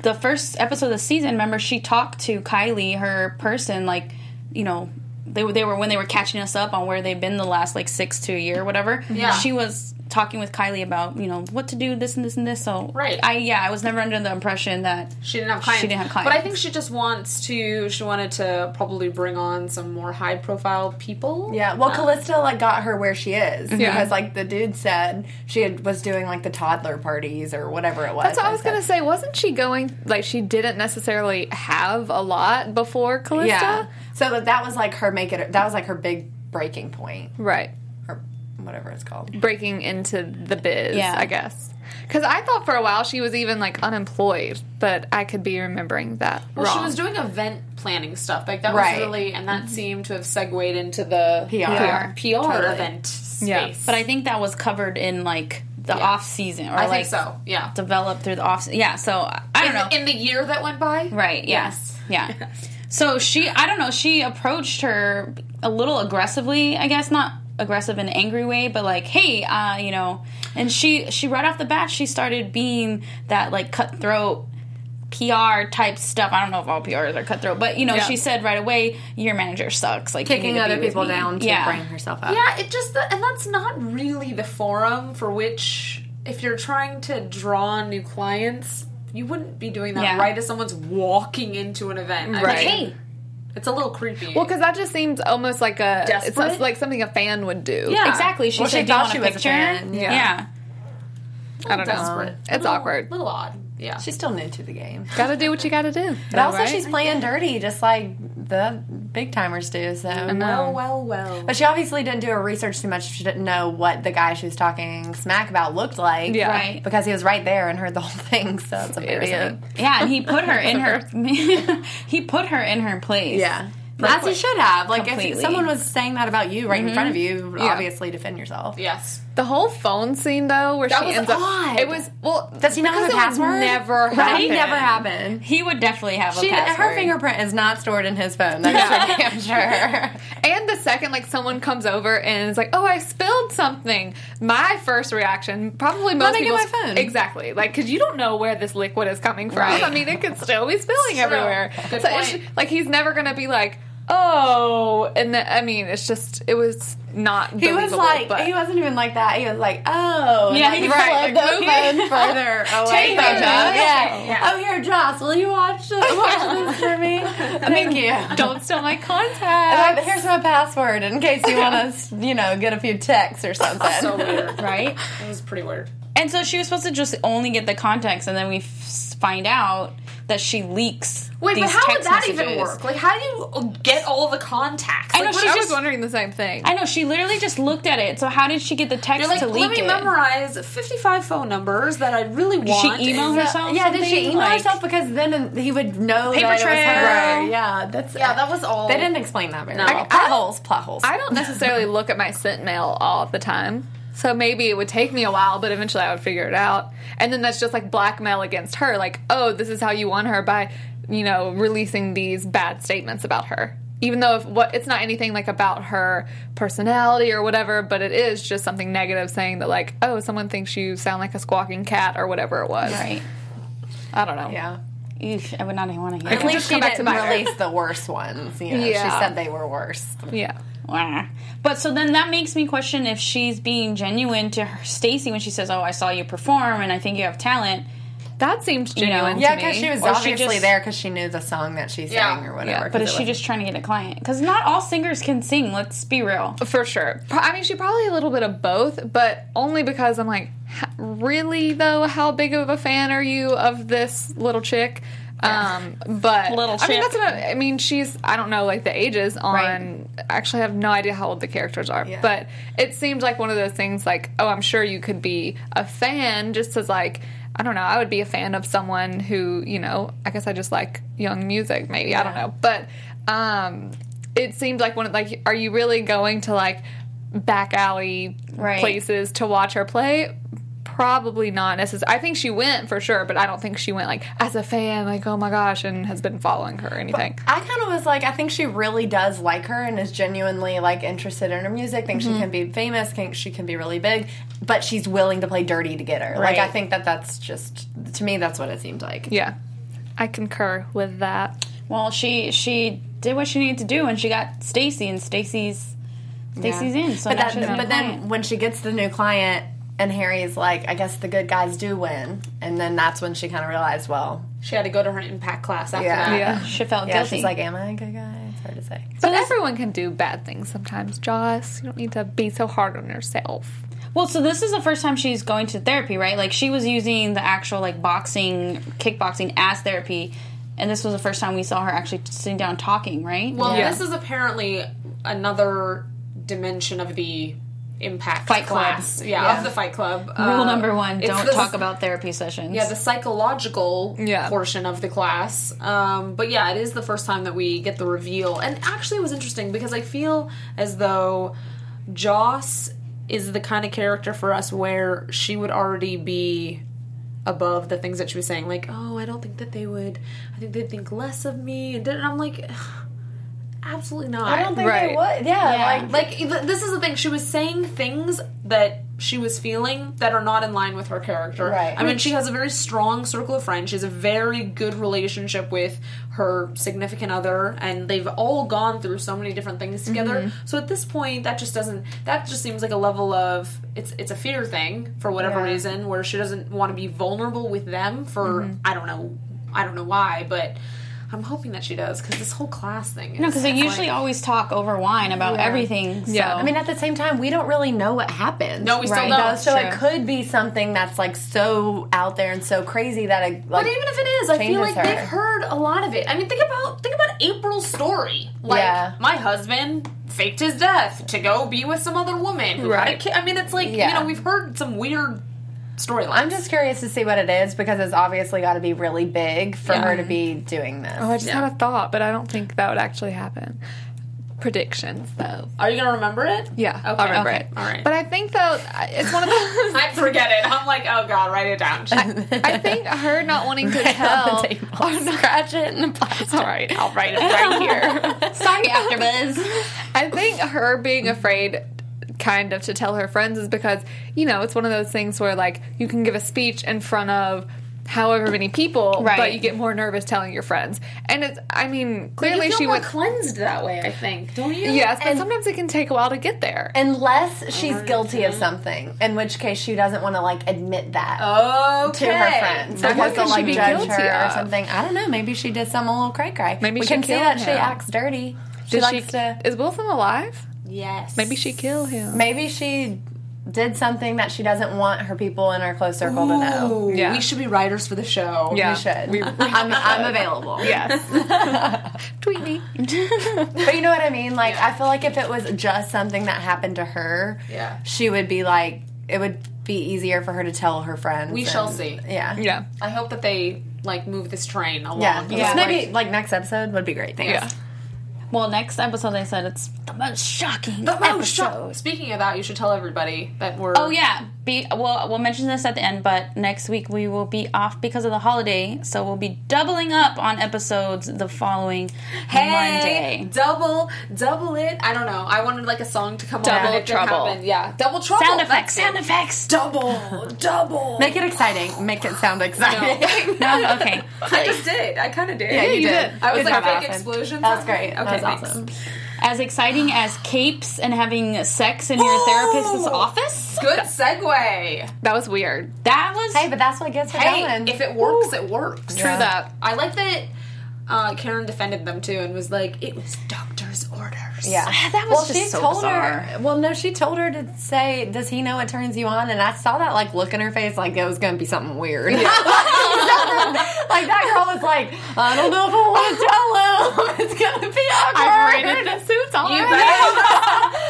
Speaker 1: the first episode of the season, remember she talked to Kylie, her person, like you know they were they were when they were catching us up on where they've been the last like six to a year or whatever.
Speaker 5: Yeah.
Speaker 1: she was talking with Kylie about you know what to do, this and this and this. So
Speaker 5: Right.
Speaker 1: I yeah, I was never under the impression that
Speaker 5: (laughs) She didn't have clients.
Speaker 1: didn't have
Speaker 5: But I
Speaker 1: clients.
Speaker 5: think she just wants to she wanted to probably bring on some more high profile people.
Speaker 6: Yeah, well, Callista like got her where she is because like the dude said she had, was doing like the toddler parties or whatever it was.
Speaker 3: That's what I
Speaker 6: And
Speaker 3: was
Speaker 6: so-
Speaker 3: gonna say. Wasn't she going like she didn't necessarily have a lot before Callista?
Speaker 6: Yeah, so that that was like her make it. That was like her big breaking point
Speaker 3: Right.
Speaker 6: or whatever it's called.
Speaker 3: Breaking into the biz,
Speaker 1: Yeah.
Speaker 3: I guess. Because I thought for a while she was even like unemployed, but I could be remembering that
Speaker 5: Well,
Speaker 3: wrong.
Speaker 5: she was doing event planning stuff. Like that
Speaker 6: Right.
Speaker 5: was really and
Speaker 1: Mm-hmm.
Speaker 5: that seemed to have segued into the
Speaker 6: PR.
Speaker 5: PR,
Speaker 6: Totally.
Speaker 5: event space.
Speaker 3: Yeah.
Speaker 1: But I think that was covered in like the off season, or
Speaker 5: I
Speaker 1: like
Speaker 5: think so. Yeah.
Speaker 1: developed through the off. Yeah, so I I don't
Speaker 5: in,
Speaker 1: know.
Speaker 5: in the year that went by.
Speaker 1: right? Yes. Yeah. So she, I don't know. She approached her a little aggressively, I guess, not aggressive in an angry way, but like, hey, uh, you know. And she, she right off the bat, she started being that like cutthroat. PR type stuff. I don't know if all PRs are cutthroat, but you know,
Speaker 3: Yeah.
Speaker 1: she said right away, "Your manager sucks." Like you need
Speaker 6: Kicking
Speaker 1: to be
Speaker 6: other
Speaker 1: with
Speaker 6: people
Speaker 1: me."
Speaker 6: down to
Speaker 1: yeah.
Speaker 6: bring herself up.
Speaker 5: Yeah, it just and that's not really the forum for which if you're trying to draw new clients, you wouldn't be doing that
Speaker 1: Yeah.
Speaker 5: right as someone's walking into an event. I mean,
Speaker 3: Right.
Speaker 5: hey, it's a little creepy.
Speaker 3: Well, because that just seems almost like a it's
Speaker 5: Desperate?
Speaker 3: like something a fan would do.
Speaker 1: Yeah, exactly. She
Speaker 6: Well, she
Speaker 1: said, "Do you
Speaker 6: thought
Speaker 1: want
Speaker 6: she
Speaker 1: a
Speaker 6: was a
Speaker 1: picture?"
Speaker 6: fan.
Speaker 1: yeah.
Speaker 3: Yeah. I don't know.
Speaker 5: desperate.
Speaker 3: It's awkward.
Speaker 5: A little odd. Yeah.
Speaker 6: She's still new to the game.
Speaker 3: Got to do what you got to do.
Speaker 6: But also, she's playing dirty, just like the big timers do. So,
Speaker 5: well, well, well.
Speaker 6: but she obviously didn't do her research too much. She didn't know what the guy she was talking smack about looked like.
Speaker 3: Yeah.
Speaker 1: Right.
Speaker 6: because he was right there and heard the whole thing. So it's embarrassing.
Speaker 3: idiot.
Speaker 1: Yeah, and he put her in her. (laughs) he put her in her place.
Speaker 6: Yeah. As you should have. Like, if
Speaker 1: Completely.
Speaker 6: someone was saying that about you right in front of you,
Speaker 3: Mm-hmm.
Speaker 6: you would obviously defend yourself.
Speaker 5: yes.
Speaker 3: The whole phone scene though, where
Speaker 6: That
Speaker 3: she
Speaker 6: was
Speaker 3: ends
Speaker 6: odd.
Speaker 3: up. It was well.
Speaker 6: Does he not have a
Speaker 3: because it would
Speaker 6: password?
Speaker 3: Never
Speaker 6: Right?
Speaker 3: happened.
Speaker 6: Never happened.
Speaker 1: he would definitely have a
Speaker 6: She,
Speaker 1: password. (laughs)
Speaker 6: her fingerprint is not stored in his phone. That's for damn sure.
Speaker 3: And the second like someone comes over and is like, "Oh, I spilled something," my first reaction, probably most
Speaker 6: me get
Speaker 3: people's-
Speaker 6: my phone.
Speaker 3: exactly, like because you don't know where this liquid is coming from.
Speaker 1: Right.
Speaker 3: I mean, it could still be spilling
Speaker 5: True.
Speaker 3: everywhere.
Speaker 5: Good
Speaker 3: so it's
Speaker 5: point.
Speaker 3: ju- like he's never gonna be like, "Oh," and the, I mean, it's just it was not.
Speaker 6: He was like, he wasn't even like that. He was like, oh.
Speaker 1: Yeah,
Speaker 6: and
Speaker 1: he-
Speaker 6: he
Speaker 1: right.
Speaker 6: right. the (laughs) phone further away
Speaker 1: her
Speaker 6: from him.
Speaker 1: Joss.
Speaker 6: Yeah. Oh, here, Joss, will you watch (laughs) this, watch this for me? (laughs) Thank (laughs) you.
Speaker 3: "Don't steal my
Speaker 6: Uh, (laughs)
Speaker 3: contact."
Speaker 6: Here's my password in case you (laughs) want to, you know, get a few texts or (laughs) something.
Speaker 5: So weird.
Speaker 1: (laughs) right?
Speaker 5: It was pretty weird.
Speaker 1: And so she was supposed to just only get the contacts, and then we f- find out that she leaks.
Speaker 5: Wait,
Speaker 1: these
Speaker 5: but how would
Speaker 1: text
Speaker 5: that even
Speaker 1: messages.
Speaker 5: work? Like, how do you get all the contacts?
Speaker 1: I know
Speaker 5: Like,
Speaker 1: she
Speaker 5: what if
Speaker 3: I
Speaker 1: just-
Speaker 3: was wondering the same thing.
Speaker 1: I know she literally just looked at it. So how did she get the text
Speaker 5: You're like,
Speaker 1: to leak
Speaker 5: let me
Speaker 1: it?
Speaker 5: memorize 55 phone numbers that I really
Speaker 1: Did she
Speaker 5: want.
Speaker 1: email
Speaker 5: and-
Speaker 1: herself?
Speaker 6: Yeah, did she
Speaker 1: something?
Speaker 6: email
Speaker 1: Like-
Speaker 6: herself? Because then he would know
Speaker 1: Paper
Speaker 6: that it was her.
Speaker 1: trail. Right.
Speaker 6: Yeah, that's
Speaker 5: Yeah, that was all.
Speaker 6: They didn't explain that very
Speaker 5: No.
Speaker 6: well.
Speaker 5: I-
Speaker 6: Plot holes, plot holes.
Speaker 3: I don't necessarily look at my scent mail all the time. So maybe it would take me a while, but eventually I would figure it out. And then that's just like blackmail against her. Like, oh, this is how you won her by, you know, releasing these bad statements about her. even though if what it's not anything like about her personality or whatever, but it is just something negative saying that like, oh, someone thinks you sound like a squawking cat or whatever it was.
Speaker 1: Right.
Speaker 3: I don't know.
Speaker 6: Yeah.
Speaker 1: Eesh, I would not even want to hear
Speaker 6: At
Speaker 1: it.
Speaker 6: least
Speaker 3: just
Speaker 6: she
Speaker 3: come back to
Speaker 6: didn't
Speaker 3: bite her.
Speaker 6: release the worst ones. You know,
Speaker 3: Yeah.
Speaker 6: she said they were worse.
Speaker 3: Yeah.
Speaker 1: Wah. But so then that makes me question if she's being genuine to her Stacy when she says, "Oh, I saw you perform and I think you have talent."
Speaker 3: That seemed
Speaker 1: know,
Speaker 3: genuine.
Speaker 1: to
Speaker 6: Yeah,
Speaker 3: because
Speaker 6: because she was
Speaker 1: Or she
Speaker 6: obviously
Speaker 1: just-
Speaker 6: there because she knew the song that she sang or whatever.
Speaker 3: Yeah,
Speaker 1: But
Speaker 6: 'cause
Speaker 1: is
Speaker 6: it
Speaker 1: she
Speaker 6: was-
Speaker 1: just trying to get a client? Because not all singers can sing. Let's be real.
Speaker 3: For sure. Pro- I mean, she probably a little bit of both, but only because I'm like, "H- really though, how big of a fan are you of this little chick? Um, but
Speaker 1: Little
Speaker 3: I mean,
Speaker 1: chick.
Speaker 3: that's what I, I mean. She's I don't know like the ages on.
Speaker 1: Right.
Speaker 3: Actually, I have no idea how old the characters are,
Speaker 6: Yeah.
Speaker 3: but it seemed like one of those things. Like, oh, I'm sure you could be a fan, just as like I don't know. I would be a fan of someone who you know. I guess I just like young music, maybe I don't know, but um, it seemed like one of like, are you really going to like back alley
Speaker 1: Right.
Speaker 3: places to watch her play? Probably not necessarily. I think she went for sure, but I don't think she went like as a fan, like oh my gosh, and has been following her or anything.
Speaker 6: I kind of was like, I think she really does like her and is genuinely like interested in her music. Thinks
Speaker 3: Mm-hmm.
Speaker 6: she can be famous. Thinks she can be really big, but she's willing to play dirty to get her. Like I
Speaker 1: Right.
Speaker 6: think that that's just to me that's what it seemed like.
Speaker 3: yeah, I concur with that.
Speaker 1: Well, she she did what she needed to do, and she got Stacy, and Stacy's Stacy's in. So
Speaker 6: but
Speaker 1: now
Speaker 6: that,
Speaker 1: she's got a
Speaker 6: but then
Speaker 1: client.
Speaker 6: when she gets the new client and Harry's like, I guess the good guys do win, and then that's when she kind of realized, well,
Speaker 5: She had to go to her impact class after
Speaker 6: Yeah.
Speaker 5: that.
Speaker 3: Yeah,
Speaker 1: she felt
Speaker 6: yeah,
Speaker 1: guilty.
Speaker 6: she's like, am I a good guy? It's hard to say.
Speaker 3: but everyone can do bad things sometimes, Joss. You don't need to be so hard on yourself.
Speaker 1: well, so this is the first time she's going to therapy, right? Like she was using the actual like boxing, kickboxing as therapy, and this was the first time we saw her actually sitting down talking, right?
Speaker 5: Well,
Speaker 3: Yeah.
Speaker 5: this is apparently another dimension of the impact
Speaker 1: Fight Club.
Speaker 5: class. Yeah, of the Fight Club.
Speaker 1: Rule
Speaker 5: Uh,
Speaker 1: number one:
Speaker 5: it's
Speaker 1: don't
Speaker 5: the-
Speaker 1: talk about therapy sessions.
Speaker 5: Yeah, the psychological
Speaker 3: Yeah.
Speaker 5: portion of the class. Um, but yeah, it is the first time that we get the reveal. And actually, it was interesting because I feel as though Joss is the kind of character for us where she would already be above the things that she was saying. Like, oh, I don't think that they would, I think they'd think less of me. And I'm like, absolutely not.
Speaker 6: I don't think
Speaker 3: Right.
Speaker 6: they would. Yeah,
Speaker 1: Yeah.
Speaker 6: like
Speaker 5: Like th- this is the thing. She was saying things that she was feeling that are not in line with her character.
Speaker 6: Right.
Speaker 5: I mean, she has a very strong circle of friends. She has a very good relationship with her significant other, and they've all gone through so many different things together.
Speaker 6: Mm-hmm.
Speaker 5: So at this point, that just doesn't. That just seems like a level of it's it's a fear thing for whatever
Speaker 6: Yeah.
Speaker 5: reason, where she doesn't want to be vulnerable with them for
Speaker 6: Mm-hmm.
Speaker 5: I don't know, I don't know why, but. I'm hoping that she does because this whole class thing. Is,
Speaker 1: no, because they
Speaker 5: it's
Speaker 1: usually
Speaker 5: like-
Speaker 1: always talk over wine about everything. So.
Speaker 3: Yeah.
Speaker 1: Yeah,
Speaker 3: I
Speaker 6: I mean, at the same time, we don't really know what happened.
Speaker 5: No, we still
Speaker 1: Right.
Speaker 5: don't.
Speaker 1: No,
Speaker 6: so it
Speaker 3: Sure.
Speaker 6: could be something that's like so out there and so crazy that it like
Speaker 5: But even if it is, I feel
Speaker 6: changes
Speaker 5: like
Speaker 6: her.
Speaker 5: they've heard a lot of it. I mean, think about think about April's story. Like
Speaker 6: Yeah.
Speaker 5: my husband faked his death to go be with some other woman. who had a
Speaker 3: Right.
Speaker 5: kid. I mean, it's like you
Speaker 6: Yeah.
Speaker 5: know we've heard some weird storylines.
Speaker 6: I'm just curious to see what it is because it's obviously got to be really big for her to be doing this.
Speaker 3: Oh, I just had a thought, but I don't think that would actually happen. Predictions, though.
Speaker 5: Are you gonna remember it? (laughs)
Speaker 3: Yeah,
Speaker 5: Okay.
Speaker 3: I'll remember
Speaker 5: Okay.
Speaker 3: it.
Speaker 5: All right.
Speaker 3: But I think though I- it's one of those.
Speaker 5: I forget it. I'm like, oh god, write it down.
Speaker 3: (laughs) I think her not wanting to
Speaker 6: On
Speaker 3: tell.
Speaker 6: the table.
Speaker 3: (laughs)
Speaker 6: Scratch it in the plastic.
Speaker 3: All right, I'll write
Speaker 6: (laughs)
Speaker 3: it right here.
Speaker 1: sorry, (laughs) AfterBuzz.
Speaker 3: I think her being afraid, kind of, to tell her friends is because you know it's one of those things where like you can give a speech in front of however many people,
Speaker 1: Right.
Speaker 3: but you get more nervous telling your friends. And it's, I mean, clearly
Speaker 5: you feel
Speaker 3: she
Speaker 5: more
Speaker 3: went.
Speaker 5: cleansed that way. I think, don't you?
Speaker 3: Yes, but
Speaker 6: And-
Speaker 3: sometimes it can take a while to get there.
Speaker 6: Unless she's guilty of something, in which case she doesn't want to like admit that
Speaker 5: Okay.
Speaker 6: to her friends
Speaker 3: Oh, But what
Speaker 6: because
Speaker 3: could
Speaker 6: they'll
Speaker 3: she
Speaker 6: like
Speaker 3: be
Speaker 6: judge
Speaker 3: guilty
Speaker 6: her
Speaker 3: of?
Speaker 6: or something. I don't know. Maybe she did some little cray cray.
Speaker 3: Maybe
Speaker 6: we
Speaker 3: she
Speaker 6: can see
Speaker 3: killed
Speaker 6: that she
Speaker 3: him.
Speaker 6: acts dirty. She
Speaker 3: Did
Speaker 6: likes to.
Speaker 3: Is Wilson alive?
Speaker 5: Yes.
Speaker 3: Maybe she killed him.
Speaker 6: Maybe she did something that she doesn't want her people in her close circle to know.
Speaker 5: Ooh,
Speaker 3: Yeah.
Speaker 5: We should be writers for the show.
Speaker 3: Yeah.
Speaker 6: We should.
Speaker 3: We-
Speaker 6: I'm, I'm (laughs) available.
Speaker 3: Yes.
Speaker 6: (laughs)
Speaker 3: Tweet me.
Speaker 6: But you know what I mean? Like, I feel like if it was just something that happened to her,
Speaker 5: Yeah.
Speaker 6: she would be like, it would be easier for her to tell her friends.
Speaker 5: We
Speaker 6: and-
Speaker 5: shall see.
Speaker 6: Yeah.
Speaker 3: Yeah.
Speaker 5: I hope that they like move this train along.
Speaker 6: Yeah.
Speaker 5: Like,
Speaker 6: So maybe, like, next episode would be great. Thanks.
Speaker 3: Yeah.
Speaker 1: (laughs) Well, next episode they said it's the most shocking
Speaker 5: The most
Speaker 1: episode.
Speaker 5: shock- Speaking of that, you should tell everybody that we're.
Speaker 1: Oh yeah, be well. We'll mention this at the end, but next week we will be off because of the holiday, so we'll be doubling up on episodes the following
Speaker 5: Hey,
Speaker 1: Monday.
Speaker 5: double, double it. I don't know. I wanted like a song to come on.
Speaker 3: Double
Speaker 5: and it didn't
Speaker 3: trouble.
Speaker 5: happen. Yeah, double trouble.
Speaker 1: Sound
Speaker 5: That's
Speaker 1: effects.
Speaker 5: it.
Speaker 1: Sound effects.
Speaker 5: Double, double. (laughs)
Speaker 6: Make it exciting. Make it sound exciting. (laughs)
Speaker 1: No, okay.
Speaker 5: I just did. I kind of did.
Speaker 6: Yeah, you, did.
Speaker 5: I was
Speaker 6: Good
Speaker 5: like
Speaker 6: job,
Speaker 5: big
Speaker 6: Allison.
Speaker 5: explosions.
Speaker 6: That was great. That was
Speaker 5: thanks.
Speaker 6: awesome.
Speaker 1: As exciting as capes and having sex in your
Speaker 5: Whoa!
Speaker 1: therapist's
Speaker 5: Oh.
Speaker 1: office.
Speaker 5: Good segue.
Speaker 3: That was weird.
Speaker 1: That was
Speaker 6: Hey, but that's what gets her
Speaker 5: Hey,
Speaker 6: going.
Speaker 5: if it works, it works.
Speaker 3: True that.
Speaker 5: I like that. Uh, Karen defended them too and was like, "It was doctor's orders."
Speaker 1: (sighs)
Speaker 6: Yeah,
Speaker 1: that was
Speaker 6: well,
Speaker 1: just
Speaker 6: she
Speaker 1: so
Speaker 6: told
Speaker 1: bizarre.
Speaker 6: her. Well, no, she told her to say, "Does he know what turns you on?" And I saw that like look in her face, like it was going to be something weird. (laughs) like that girl was like, "I don't know if I want to tell him. (laughs) It's going to be awkward." (laughs)
Speaker 3: I've rated the suits all
Speaker 5: You
Speaker 3: right.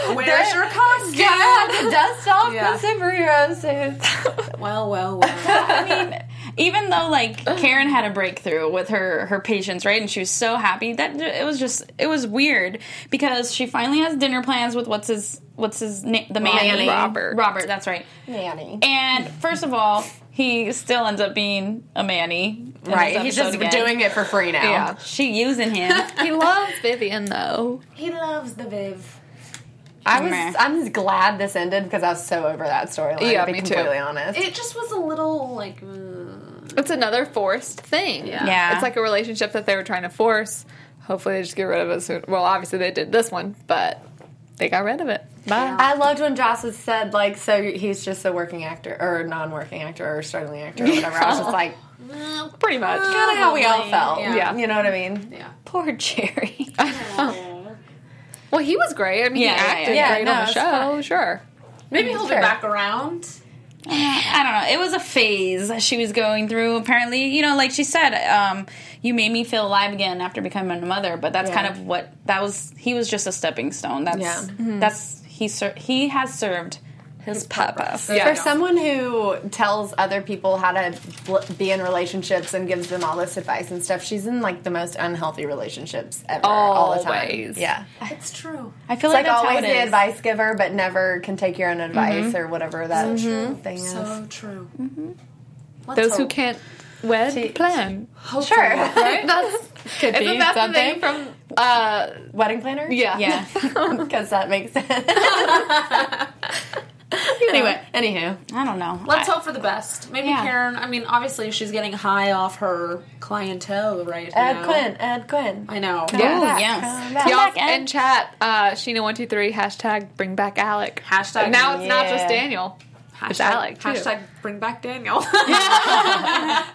Speaker 5: guys, (laughs) where's
Speaker 6: (laughs)
Speaker 5: your costume?
Speaker 6: Gonna have to dust off
Speaker 5: Yeah.
Speaker 6: the superhero suits.
Speaker 5: Well, well, well.
Speaker 1: I mean, even though like Karen had a breakthrough with her her patients, right? And she was so happy that it was just it was weird because she finally has dinner plans with what's his what's his name the man
Speaker 6: Manny.
Speaker 3: Robert.
Speaker 1: Robert, that's right.
Speaker 6: (laughs) Nanny.
Speaker 1: And first of all, he still ends up being a Manny, in this
Speaker 6: Right, he's just
Speaker 1: episode again.
Speaker 6: doing it for free now.
Speaker 3: Yeah.
Speaker 1: She using him.
Speaker 6: (laughs)
Speaker 3: He loves Vivian though.
Speaker 5: he loves the Viv.
Speaker 6: I was.
Speaker 1: Meh.
Speaker 6: I'm just glad this ended because I was so over that storyline.
Speaker 3: Yeah,
Speaker 6: to be
Speaker 3: me too.
Speaker 6: completely honest.
Speaker 5: It just was a little like. mm.
Speaker 3: It's another forced thing.
Speaker 5: Yeah.
Speaker 1: Yeah.
Speaker 3: It's like a relationship that they were trying to force. Hopefully they just get rid of it soon. Well, obviously they did this one, but they got rid of it. Bye.
Speaker 6: I loved when Joss was said like, so he's just a working actor or non-working actor or struggling actor or whatever. I was just like,
Speaker 3: Pretty much.
Speaker 6: kind of how we all
Speaker 5: Probably,
Speaker 6: felt.
Speaker 5: yeah.
Speaker 3: Yeah.
Speaker 6: you know what I mean.
Speaker 5: Yeah.
Speaker 1: Poor Jerry.
Speaker 3: Well, he was great. I mean,
Speaker 1: Yeah,
Speaker 3: he
Speaker 1: yeah,
Speaker 3: acted
Speaker 6: yeah.
Speaker 3: great
Speaker 6: Yeah,
Speaker 3: on
Speaker 6: no,
Speaker 3: the
Speaker 6: it's
Speaker 3: show. Sure.
Speaker 5: Maybe he'll
Speaker 6: Sure.
Speaker 5: be back around.
Speaker 1: I don't know. It was a phase she was going through. Apparently, you know, like she said, um, you made me feel alive again after becoming a mother. But that's
Speaker 6: Yeah.
Speaker 1: kind of what that was. He was just a stepping stone. That's
Speaker 6: Yeah.
Speaker 1: that's he ser- he has served his purpose.
Speaker 3: Yeah.
Speaker 6: For someone who tells other people how to bl- be in relationships and gives them all this advice and stuff, she's in like the most unhealthy relationships ever, all the time.
Speaker 3: Always.
Speaker 6: Yeah,
Speaker 5: (laughs)
Speaker 6: it's
Speaker 5: It's true.
Speaker 1: I feel like,
Speaker 6: like
Speaker 1: that's how
Speaker 6: always
Speaker 1: it
Speaker 6: the
Speaker 1: is.
Speaker 6: advice giver, but never can take your own advice or whatever that thing is.
Speaker 5: So true. Let's
Speaker 3: Those who
Speaker 5: hope.
Speaker 3: can't wed plan.
Speaker 5: Hopefully.
Speaker 6: Sure, (laughs)
Speaker 3: That's
Speaker 6: could
Speaker 3: isn't
Speaker 6: be
Speaker 3: that the
Speaker 6: something.
Speaker 3: thing from uh
Speaker 6: Wedding planner,
Speaker 1: (laughs)
Speaker 3: yeah
Speaker 1: Yeah.
Speaker 6: (laughs) because that makes sense. anyway, anywho,
Speaker 1: I don't know.
Speaker 5: Let's
Speaker 1: I-
Speaker 5: hope for the best. Maybe
Speaker 1: Yeah.
Speaker 5: Karen. I mean, obviously she's getting high off her clientele right
Speaker 6: Ed
Speaker 5: now.
Speaker 6: Uh, Quinn, Ed Quinn.
Speaker 5: I know.
Speaker 1: Oh,
Speaker 3: yeah.
Speaker 1: yes.
Speaker 6: back.
Speaker 1: Come
Speaker 3: Y'all
Speaker 1: back, Ed.
Speaker 3: in chat, uh, Sheena123, hashtag bring back Alec.
Speaker 5: Hashtag-
Speaker 3: Now it's not
Speaker 6: yeah.
Speaker 3: just Daniel.
Speaker 5: Hashtag,
Speaker 3: It's Alec, too.
Speaker 5: hashtag bring back Daniel. (laughs)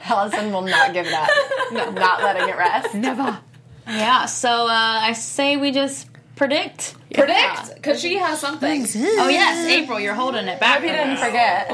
Speaker 6: Allison will not give it (laughs) up. no, not letting it rest.
Speaker 3: Never.
Speaker 1: yeah. So uh, I say we just predict.
Speaker 5: Predict because she has something.
Speaker 1: Oh yes, April, you're holding it back.
Speaker 6: Hope you didn't forget.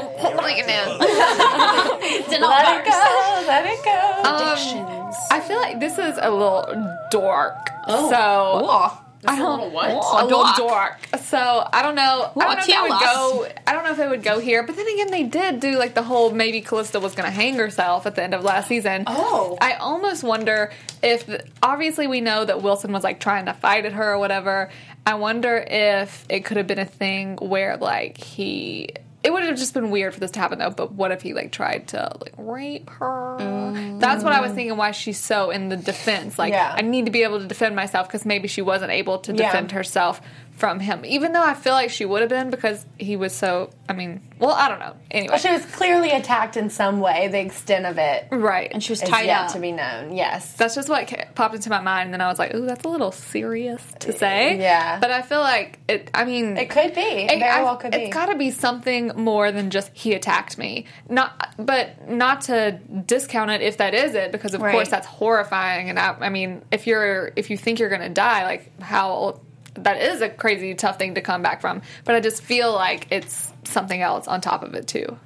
Speaker 1: Didn't
Speaker 6: (laughs) Let it
Speaker 1: work.
Speaker 6: go. Let it go.
Speaker 3: Um, I feel like this is a little dork.
Speaker 5: Oh,
Speaker 3: So I
Speaker 5: a
Speaker 3: don't
Speaker 5: little what?
Speaker 3: A little dork. So I don't know. I don't know if they
Speaker 1: tell
Speaker 3: would
Speaker 1: us.
Speaker 3: go. I don't know if they would go here. But then again, they did do like the whole maybe Callista was going to hang herself at the end of last season.
Speaker 5: Oh.
Speaker 3: I almost wonder if obviously we know that Wilson was like trying to fight at her or whatever. I wonder if it could have been a thing where like he. It would have just been weird for this to happen though. But what if he like tried to like rape her? That's what I was thinking. Why she's so in the defense? Like
Speaker 6: Mm. Yeah.
Speaker 3: I need to be able to defend myself because maybe she wasn't able to
Speaker 6: Yeah.
Speaker 3: defend herself from him. Even though I feel like she would have been because he was so. I mean, well, I don't know. Anyway,
Speaker 6: She was clearly attacked in some way. The extent of it
Speaker 3: right?
Speaker 1: And she was
Speaker 6: is
Speaker 1: tied
Speaker 6: yet
Speaker 1: up.
Speaker 6: to be known. Yes.
Speaker 3: that's just what ca- popped into my mind. And then I was like, "Ooh, that's a little serious to say."
Speaker 6: Eh, Yeah.
Speaker 3: but I feel like it. I mean,
Speaker 6: It could be. It,
Speaker 3: it-
Speaker 6: very
Speaker 3: I-
Speaker 6: well could be.
Speaker 3: It's got to be something more than just he attacked me. Not, but not to discount it if that is it, because of
Speaker 1: Right.
Speaker 3: course that's horrifying. And I, I mean, if you're if you think you're gonna die, like how that is a crazy tough thing to come back from. But I just feel like it's something else on top of it too.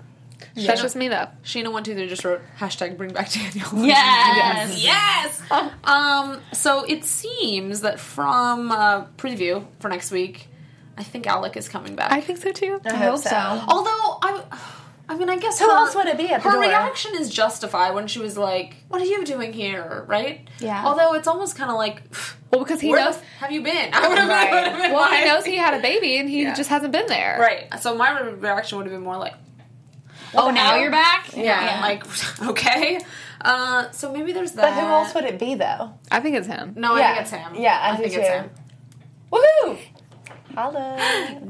Speaker 3: That's just me though.
Speaker 5: Sheena one two three just wrote hashtag bring back
Speaker 1: (laughs)
Speaker 5: Daniel.
Speaker 1: Yes.
Speaker 5: Yes. (laughs) um. So it seems that from uh, preview for next week, I think Alec is coming back.
Speaker 3: I think so too.
Speaker 6: I
Speaker 1: hope so.
Speaker 5: Although I, (sighs) I mean, I guess
Speaker 6: Who
Speaker 5: her-
Speaker 6: else would it be at the
Speaker 5: her
Speaker 6: door?
Speaker 5: reaction is justified when she was like, "What are you doing here?" Right?
Speaker 1: Yeah.
Speaker 5: Although it's almost kind of like, (sighs)
Speaker 3: Well, because he
Speaker 5: "Where
Speaker 3: knows.
Speaker 5: the f- have you been?" (laughs) I would have
Speaker 6: Right.
Speaker 5: been.
Speaker 3: Well, he
Speaker 5: like- (laughs)
Speaker 3: knows he had a baby and he
Speaker 5: Yeah.
Speaker 3: just hasn't been there.
Speaker 5: Right. So my re- reaction would have been more like,
Speaker 1: Oh, now you're back.
Speaker 5: Yeah, like (laughs) okay. Uh, so maybe there's that.
Speaker 6: But who else would it be though?
Speaker 3: I think it's him.
Speaker 5: No,
Speaker 6: Yeah.
Speaker 5: I think it's him.
Speaker 6: Yeah, I do
Speaker 5: think it's
Speaker 6: too.
Speaker 5: him.
Speaker 6: Woohoo! Hello.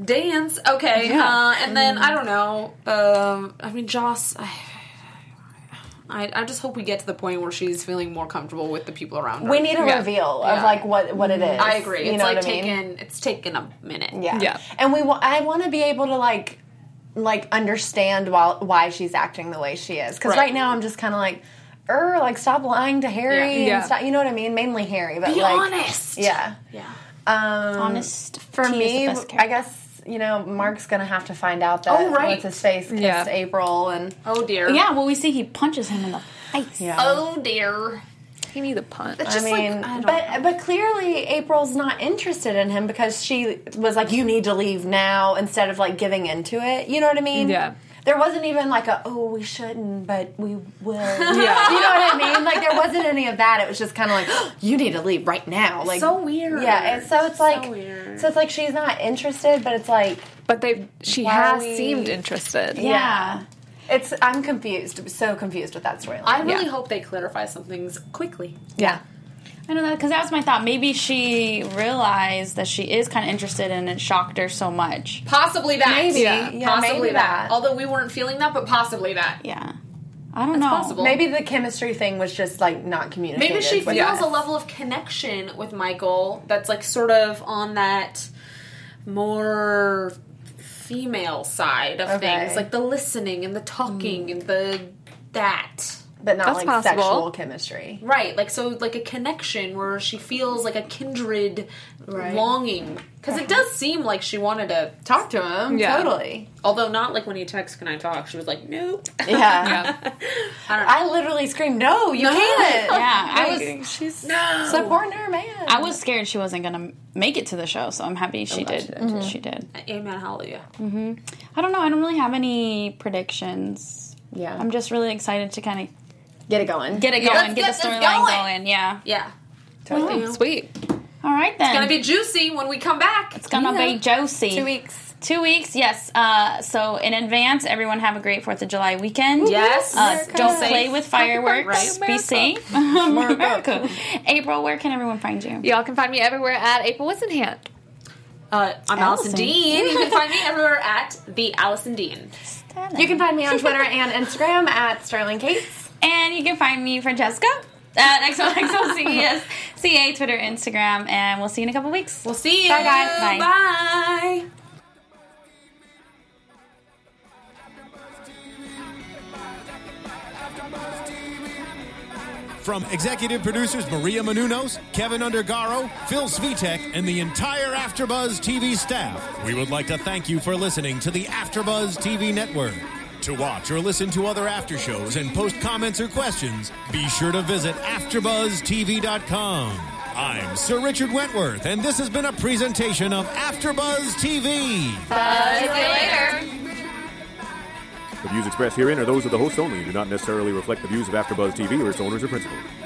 Speaker 5: Dance, okay. Uh, and then I don't know. Um, I mean, Joss. I, I I just hope we get to the point where she's feeling more comfortable with the people around her.
Speaker 6: We need a
Speaker 3: Yeah.
Speaker 6: reveal
Speaker 5: Yeah. Mm-hmm.
Speaker 6: of like what what it is.
Speaker 5: I agree.
Speaker 6: You
Speaker 5: it's
Speaker 6: know
Speaker 5: like
Speaker 6: what I mean?
Speaker 5: taken. It's taken a minute.
Speaker 6: Yeah.
Speaker 3: Yeah.
Speaker 6: And we wa- I want to be able to like like understand why why she's acting the way she is cuz right.
Speaker 5: Right.
Speaker 6: now I'm just kind of like er like stop lying to Harry
Speaker 5: Yeah.
Speaker 6: and
Speaker 3: Yeah.
Speaker 6: stop, you know what I mean? Mainly Harry, but
Speaker 5: Be
Speaker 6: like
Speaker 5: honest.
Speaker 6: Yeah.
Speaker 5: Yeah.
Speaker 6: Um
Speaker 1: Honest
Speaker 6: for
Speaker 1: tea is the
Speaker 6: me
Speaker 1: best
Speaker 6: I
Speaker 1: character.
Speaker 6: guess you know Mark's going to have to find out that
Speaker 5: Oh, right.
Speaker 6: what's his face kissed
Speaker 3: Yeah.
Speaker 6: April and
Speaker 5: Oh dear.
Speaker 1: Yeah, well, we see he punches him in the face.
Speaker 6: yeah.
Speaker 5: Oh dear.
Speaker 3: He needs a punt.
Speaker 6: I mean,
Speaker 5: I don't
Speaker 6: but but clearly April's not interested in him because she was like, "You need to leave now," instead of like giving into it. You know what I mean?
Speaker 3: Yeah.
Speaker 6: There wasn't even like a, "Oh, we shouldn't, but we
Speaker 5: (laughs)
Speaker 6: will."
Speaker 3: Yeah.
Speaker 6: You know what I mean? Like there wasn't any of that. It was just kind of like, "Oh, "You need to leave right now." Like
Speaker 5: so weird.
Speaker 6: Yeah. And so it's like, so,
Speaker 5: weird.
Speaker 6: it's like she's not interested, but it's like
Speaker 3: But they she
Speaker 6: Why
Speaker 3: has
Speaker 6: we-
Speaker 3: seemed interested.
Speaker 6: Yeah. it's. I'm confused. So confused with that storyline.
Speaker 5: I really
Speaker 3: Yeah.
Speaker 5: hope they clarify some things quickly.
Speaker 3: Yeah.
Speaker 1: I know that because that was my thought. Maybe she realized that she is kind of interested and it shocked her so much.
Speaker 5: Possibly that.
Speaker 6: Maybe.
Speaker 3: Yeah.
Speaker 6: Yeah,
Speaker 5: possibly
Speaker 6: maybe
Speaker 5: that.
Speaker 6: that.
Speaker 5: Although we weren't feeling that, but possibly that.
Speaker 1: Yeah, I don't know.
Speaker 5: possible.
Speaker 6: Maybe the chemistry thing was just like not communicated.
Speaker 5: Maybe she
Speaker 6: with
Speaker 5: feels
Speaker 6: us.
Speaker 5: a level of connection with Michael that's like sort of on that more female side of
Speaker 6: Okay. Mm.
Speaker 5: things, like the listening and the talking and the that.
Speaker 6: but not
Speaker 3: That's
Speaker 6: like
Speaker 3: possible.
Speaker 6: sexual chemistry.
Speaker 5: Right, like so, like a connection where she feels like a kindred longing because it does seem like she wanted to.
Speaker 6: Talk to him,
Speaker 3: Yeah.
Speaker 6: totally.
Speaker 5: Although not like when he texts, "Can I talk?" She was like, "Nope." (laughs)
Speaker 6: Yeah.
Speaker 3: Yeah.
Speaker 6: I literally screamed, "No, you can't!"
Speaker 1: Yeah, I was.
Speaker 5: no.
Speaker 6: Supporting her man.
Speaker 1: I was scared she wasn't gonna make it to the show, so I'm happy she did. She did.
Speaker 5: Amen. Hallelujah.
Speaker 1: I don't know. I don't really have any predictions.
Speaker 6: Yeah.
Speaker 1: I'm just really excited to kind of
Speaker 6: Get it going.
Speaker 1: get it going,
Speaker 5: let's
Speaker 1: get,
Speaker 5: get
Speaker 1: the
Speaker 5: this
Speaker 1: storyline
Speaker 5: going.
Speaker 1: going. Yeah.
Speaker 5: Yeah,
Speaker 3: Sweet.
Speaker 1: All right then.
Speaker 5: it's gonna be juicy when we come back.
Speaker 1: It's gonna be Josie.
Speaker 6: Two weeks.
Speaker 1: Two weeks, yes. Uh, so in advance, everyone have a great Fourth of July weekend.
Speaker 5: Yes.
Speaker 1: Uh, don't
Speaker 5: Safe.
Speaker 1: play with fireworks.
Speaker 3: America.
Speaker 1: Be safe. (laughs) America. April, where can everyone find you?
Speaker 3: Y'all can find me everywhere at April Wissenhant.
Speaker 5: Uh, I'm Allison,
Speaker 1: Allison.
Speaker 5: Dean. You can find me everywhere at the Allison Dean.
Speaker 6: You can find me on Twitter and Instagram at Sterling Cates.
Speaker 1: And you can find me, Francesca, at (laughs) E XOXOCESCA, Twitter, Instagram, and we'll see you in a couple weeks.
Speaker 5: We'll see you.
Speaker 1: Bye, guys. Bye.
Speaker 5: Bye.
Speaker 2: From executive producers Maria Manunos, Kevin Undergaro, Phil Svitek, and the entire AfterBuzz TV staff, we would like to thank you for listening to the AfterBuzz TV network. To watch or listen to other after shows and post comments or questions, be sure to visit AfterBuzzTV.com. I'm Sir Richard Wentworth, and this has been a presentation of AfterBuzz TV.
Speaker 7: The views expressed herein are those of the hosts only and do not necessarily reflect the views of AfterBuzz TV or its owners or principals.